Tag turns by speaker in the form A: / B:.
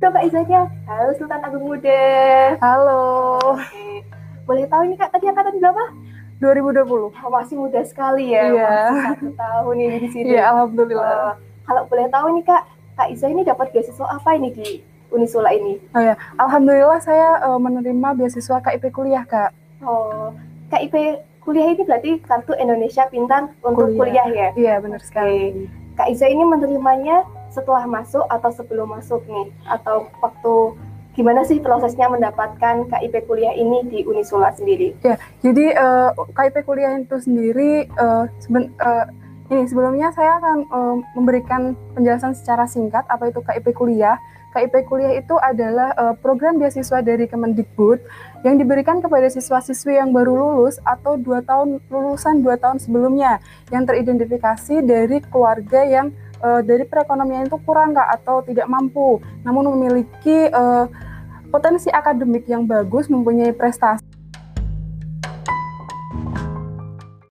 A: Coba Izanya. Halo Sultan Agung Muda.
B: Halo,
A: Oke. Boleh tahu ini Kak tadi angkatan berapa?
B: 2020.
A: Wah, Masih muda sekali ya.
B: Iya.
A: Masih satu tahun ini di sini.
B: Iya,
A: Eh,
B: alhamdulillah.
A: kalau boleh tahu nih Kak, Kak Iza ini dapat beasiswa apa ini di Unisula ini?
B: Alhamdulillah saya eh, menerima beasiswa KIP kuliah, Kak.
A: Oh, KIP kuliah ini berarti Kartu Indonesia Pintar untuk kuliah,
B: Kuliah.
A: ya.
B: Iya, benar sekali.
A: Kak Iza ini menerimanya setelah masuk atau sebelum masuk nih atau waktu gimana sih prosesnya mendapatkan KIP kuliah ini di Unisula sendiri?
B: Jadi eh, KIP kuliah itu sendiri eh, seben- eh, ini sebelumnya saya akan eh, memberikan penjelasan secara singkat apa itu KIP kuliah. KIP kuliah itu adalah eh, program beasiswa dari Kemendikbud yang diberikan kepada siswa-siswi yang baru lulus atau dua tahun lulusan dua tahun sebelumnya yang teridentifikasi dari keluarga yang eh, dari perekonomian itu kurang kak atau tidak mampu, namun memiliki eh, potensi akademik yang bagus, mempunyai prestasi